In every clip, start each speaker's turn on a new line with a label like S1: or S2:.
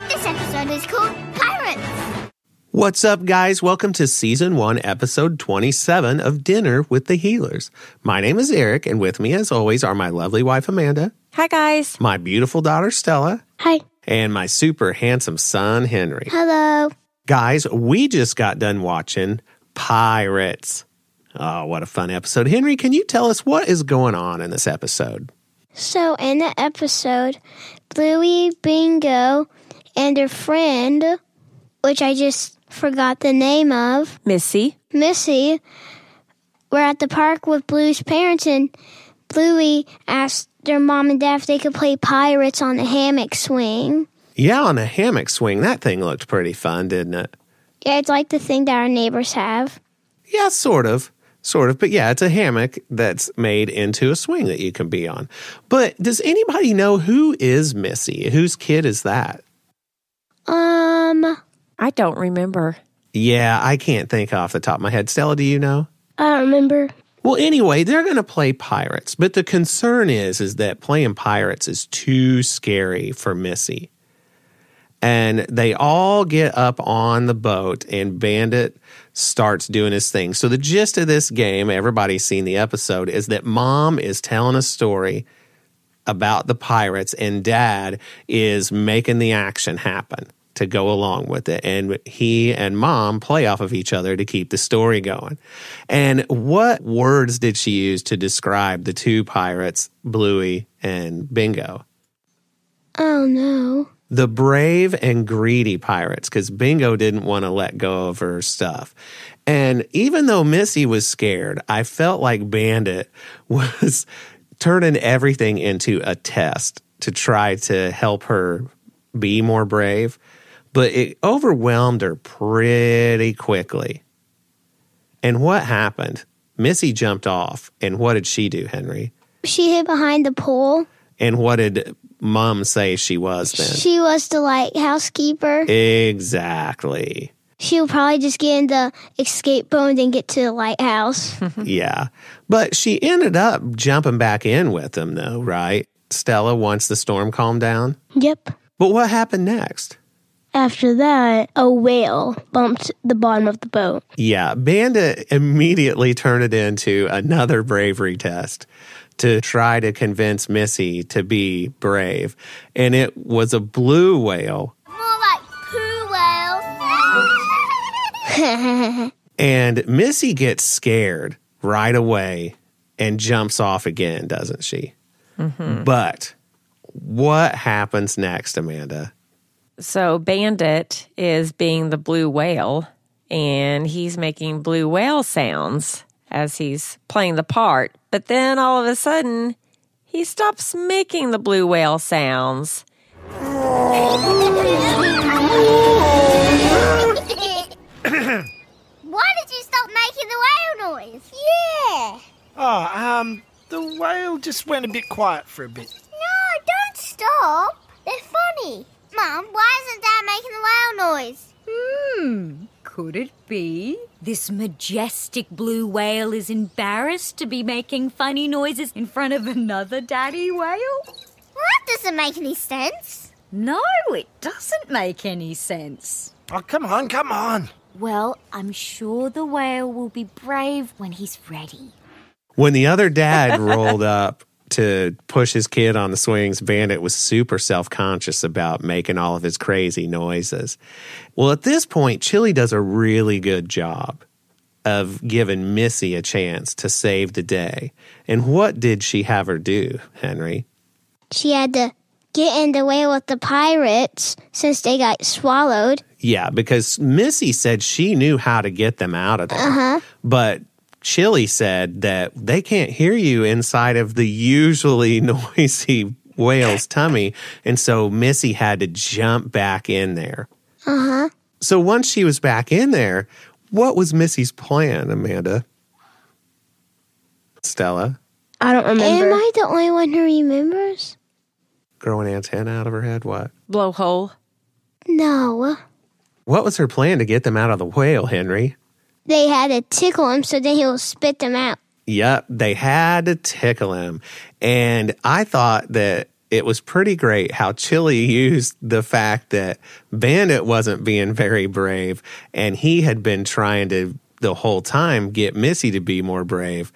S1: This episode is called Pirates.
S2: What's up, guys? Welcome to Season 1, Episode 27 of Dinner with the Healers. My name is Eric, and with me, as always, are my lovely wife, Amanda,
S3: Hi, guys.
S2: my beautiful daughter, Stella,
S1: Hi.
S2: and my super handsome son, Henry.
S1: Hello.
S2: Guys, we just got done watching Pirates. Oh, what a fun episode. Henry, can you tell us what is going on in this episode?
S1: So, in the episode, Bluey, Bingo, and her friend, which I just forgot the name of,
S3: Missy.
S1: Missy, were at the park with Bluey's parents, and Bluey asked their mom and dad if they could play pirates on the hammock swing.
S2: Yeah, on a hammock swing. That thing looked pretty fun, didn't it?
S1: Yeah, it's like the thing that our neighbors have.
S2: Yeah, sort of. Sort of. But yeah, it's a hammock that's made into a swing that you can be on. But does anybody know who is Missy? Whose kid is that?
S1: Um,
S3: I don't remember.
S2: Yeah, I can't think off the top of my head. Stella, do you know?
S1: I don't remember.
S2: Well, anyway, they're going to play pirates, but the concern is is that playing pirates is too scary for Missy. And they all get up on the boat and Bandit starts doing his thing. So the gist of this game, everybody's seen the episode, is that mom is telling a story about the pirates and dad is making the action happen to go along with it and he and mom play off of each other to keep the story going and what words did she use to describe the two pirates bluey and bingo
S1: Oh, no.
S2: the brave and greedy pirates because Bingo didn't want to let go of her stuff. And even though Missy was scared, I felt like Bandit was turning everything into a test to try to help her be more brave. But it overwhelmed her pretty quickly. And what happened? Missy jumped off. And what did she do, Henry?
S1: She hid behind the pool.
S2: And what did mom say she was then?
S1: She was the lighthouse keeper.
S2: Exactly.
S1: She'll probably just get in the escape boat and then get to the lighthouse.
S2: yeah. But she ended up jumping back in with them, though, right? Stella, once the storm calmed down.
S1: yep.
S2: But what happened next?
S1: After that, a whale bumped the bottom of the boat.
S2: Yeah, Bandit immediately turned it into another bravery test to try to convince Missy to be brave. And it was a blue whale.
S1: More like poo whale.
S2: And Missy gets scared right away and jumps off again, doesn't she? But what happens next, Amanda?
S3: So, Bandit is being the blue whale, and he's making blue whale sounds as he's playing the part. But then all of a sudden, he stops making the blue whale sounds.
S1: Why did you stop making the whale noise? Yeah.
S4: Oh, um, the whale just went a bit quiet for a bit.
S1: No, don't stop. They're funny. Mum, why isn't Dad making the whale noise?
S5: Hmm, could it be?
S6: This majestic blue whale is embarrassed to be making funny noises in front of another daddy whale?
S1: Well, that doesn't make any sense.
S5: No, it doesn't make any sense.
S4: Oh, come on, come on.
S6: Well, I'm sure the whale will be brave when he's ready.
S2: When the other dad rolled up to push his kid on the swings, Bandit was super self conscious about making all of his crazy noises. Well, at this point, Chili does a really good job of giving Missy a chance to save the day. And what did she have her do, Henry?
S1: She had to get in the way with the pirates since they got swallowed.
S2: Yeah, because Missy said she knew how to get them out of there. But Chili said that they can't hear you inside of the usually noisy whale's tummy. And so Missy had to jump back in there. Uh huh. So once she was back in there, what was Missy's plan, Amanda? Stella,
S7: I don't remember.
S1: Am I the only one who remembers?
S2: growing antenna out of her head? What?
S3: Blowhole.
S1: No.
S2: What was her plan to get them out of the whale, Henry?
S1: They had to tickle him so then he'll spit them out.
S2: Yep, they had to tickle him. And I thought that it was pretty great how Chili used the fact that Bandit wasn't being very brave and he had been trying to the whole time get Missy to be more brave.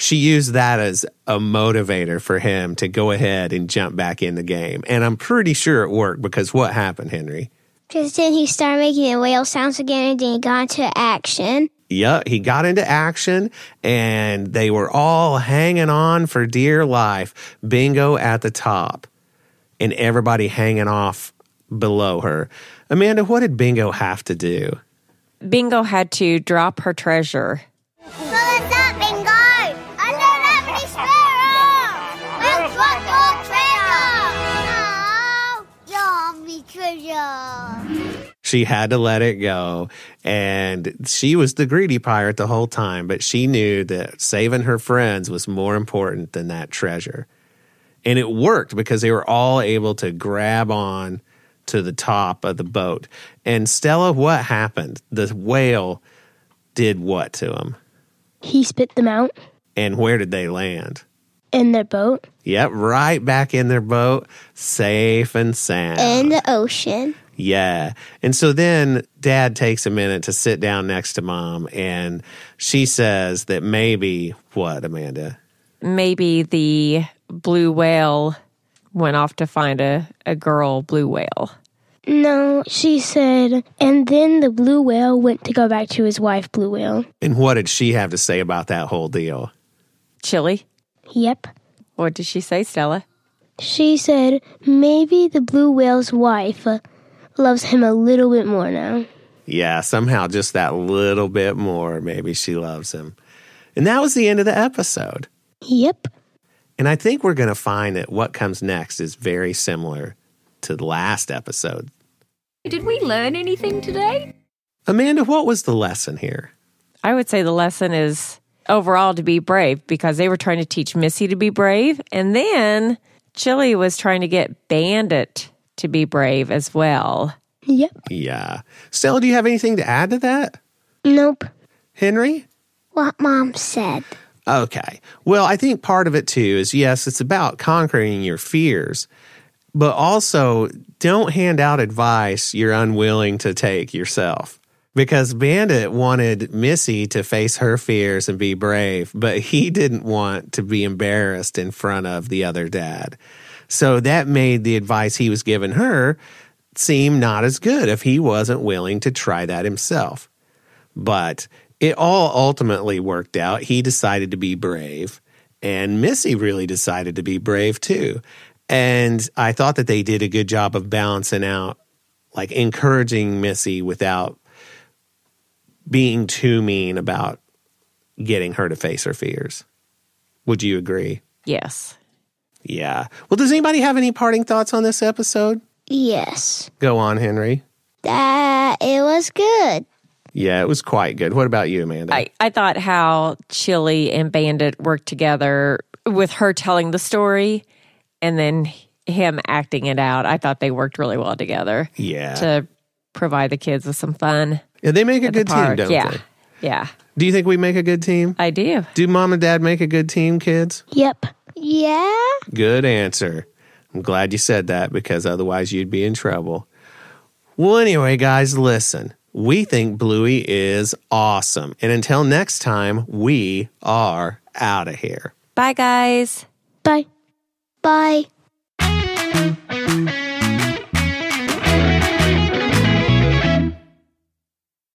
S2: She used that as a motivator for him to go ahead and jump back in the game. And I'm pretty sure it worked because what happened, Henry?
S1: Because then he started making the whale sounds again and then he got into action.
S2: Yeah, he got into action and they were all hanging on for dear life. Bingo at the top and everybody hanging off below her. Amanda, what did Bingo have to do?
S3: Bingo had to drop her treasure.
S8: Fill up, Bingo! I don't have any spare arms! Let's rock your treasure! No! Yummy treasure!
S2: She had to let it go. And she was the greedy pirate the whole time, but she knew that saving her friends was more important than that treasure. And it worked because they were all able to grab on to the top of the boat. And Stella, what happened? The whale did what to him?
S7: He spit them out
S2: And where did they land?
S7: in their boat.
S2: Yep, right back in their boat, safe and sound.
S1: In the ocean.
S2: Yeah. And so then dad takes a minute to sit down next to mom, and she says that maybe what, Amanda?
S3: Maybe the blue whale went off to find a, a girl blue whale.
S7: No, she said, and then the blue whale went to go back to his wife, Blue Whale.
S2: And what did she have to say about that whole deal?
S3: Chili.
S7: Yep.
S3: What did she say, Stella?
S7: She said, maybe the blue whale's wife uh, loves him a little bit more now.
S2: Yeah, somehow just that little bit more. Maybe she loves him. And that was the end of the episode.
S7: Yep.
S2: And I think we're going to find that what comes next is very similar to the last episode.
S6: Did we learn anything today?
S2: Amanda, what was the lesson here?
S3: I would say the lesson is overall to be brave because they were trying to teach Missy to be brave. And then Chili was trying to get Bandit to be brave as well.
S7: Yep.
S2: Yeah. Stella, do you have anything to add to that?
S7: Nope.
S2: Henry?
S1: What mom said.
S2: Okay. Well, I think part of it too is yes, it's about conquering your fears, but also don't hand out advice you're unwilling to take yourself. Because Bandit wanted Missy to face her fears and be brave, but he didn't want to be embarrassed in front of the other dad. So that made the advice he was giving her seem not as good if he wasn't willing to try that himself but it all ultimately worked out. He decided to be brave, and Missy really decided to be brave too. And I thought that they did a good job of balancing out, like encouraging Missy without being too mean about getting her to face her fears. Would you agree?
S3: Yes.
S2: Yeah. Well, does anybody have any parting thoughts on this episode?
S1: Yes.
S2: Go on, Henry.
S1: That it was good.
S2: Yeah, it was quite good. What about you, Amanda?
S3: I, I thought how Chili and Bandit worked together with her telling the story and then him acting it out. I thought they worked really well together
S2: yeah.
S3: to provide the kids with some fun.
S2: yeah. They make a
S3: at the
S2: good team,
S3: park.
S2: don't
S3: yeah.
S2: they?
S3: Yeah.
S2: Do you think we make a good team?
S3: I do.
S2: Do mom and dad make a good team, kids?
S7: Yep.
S1: Yeah.
S2: Good answer. I'm glad you said that because otherwise you'd be in trouble. Well, anyway, guys, listen. We think Bluey is awesome. And until next time, we are out of here.
S3: Bye, guys.
S7: Bye.
S1: Bye.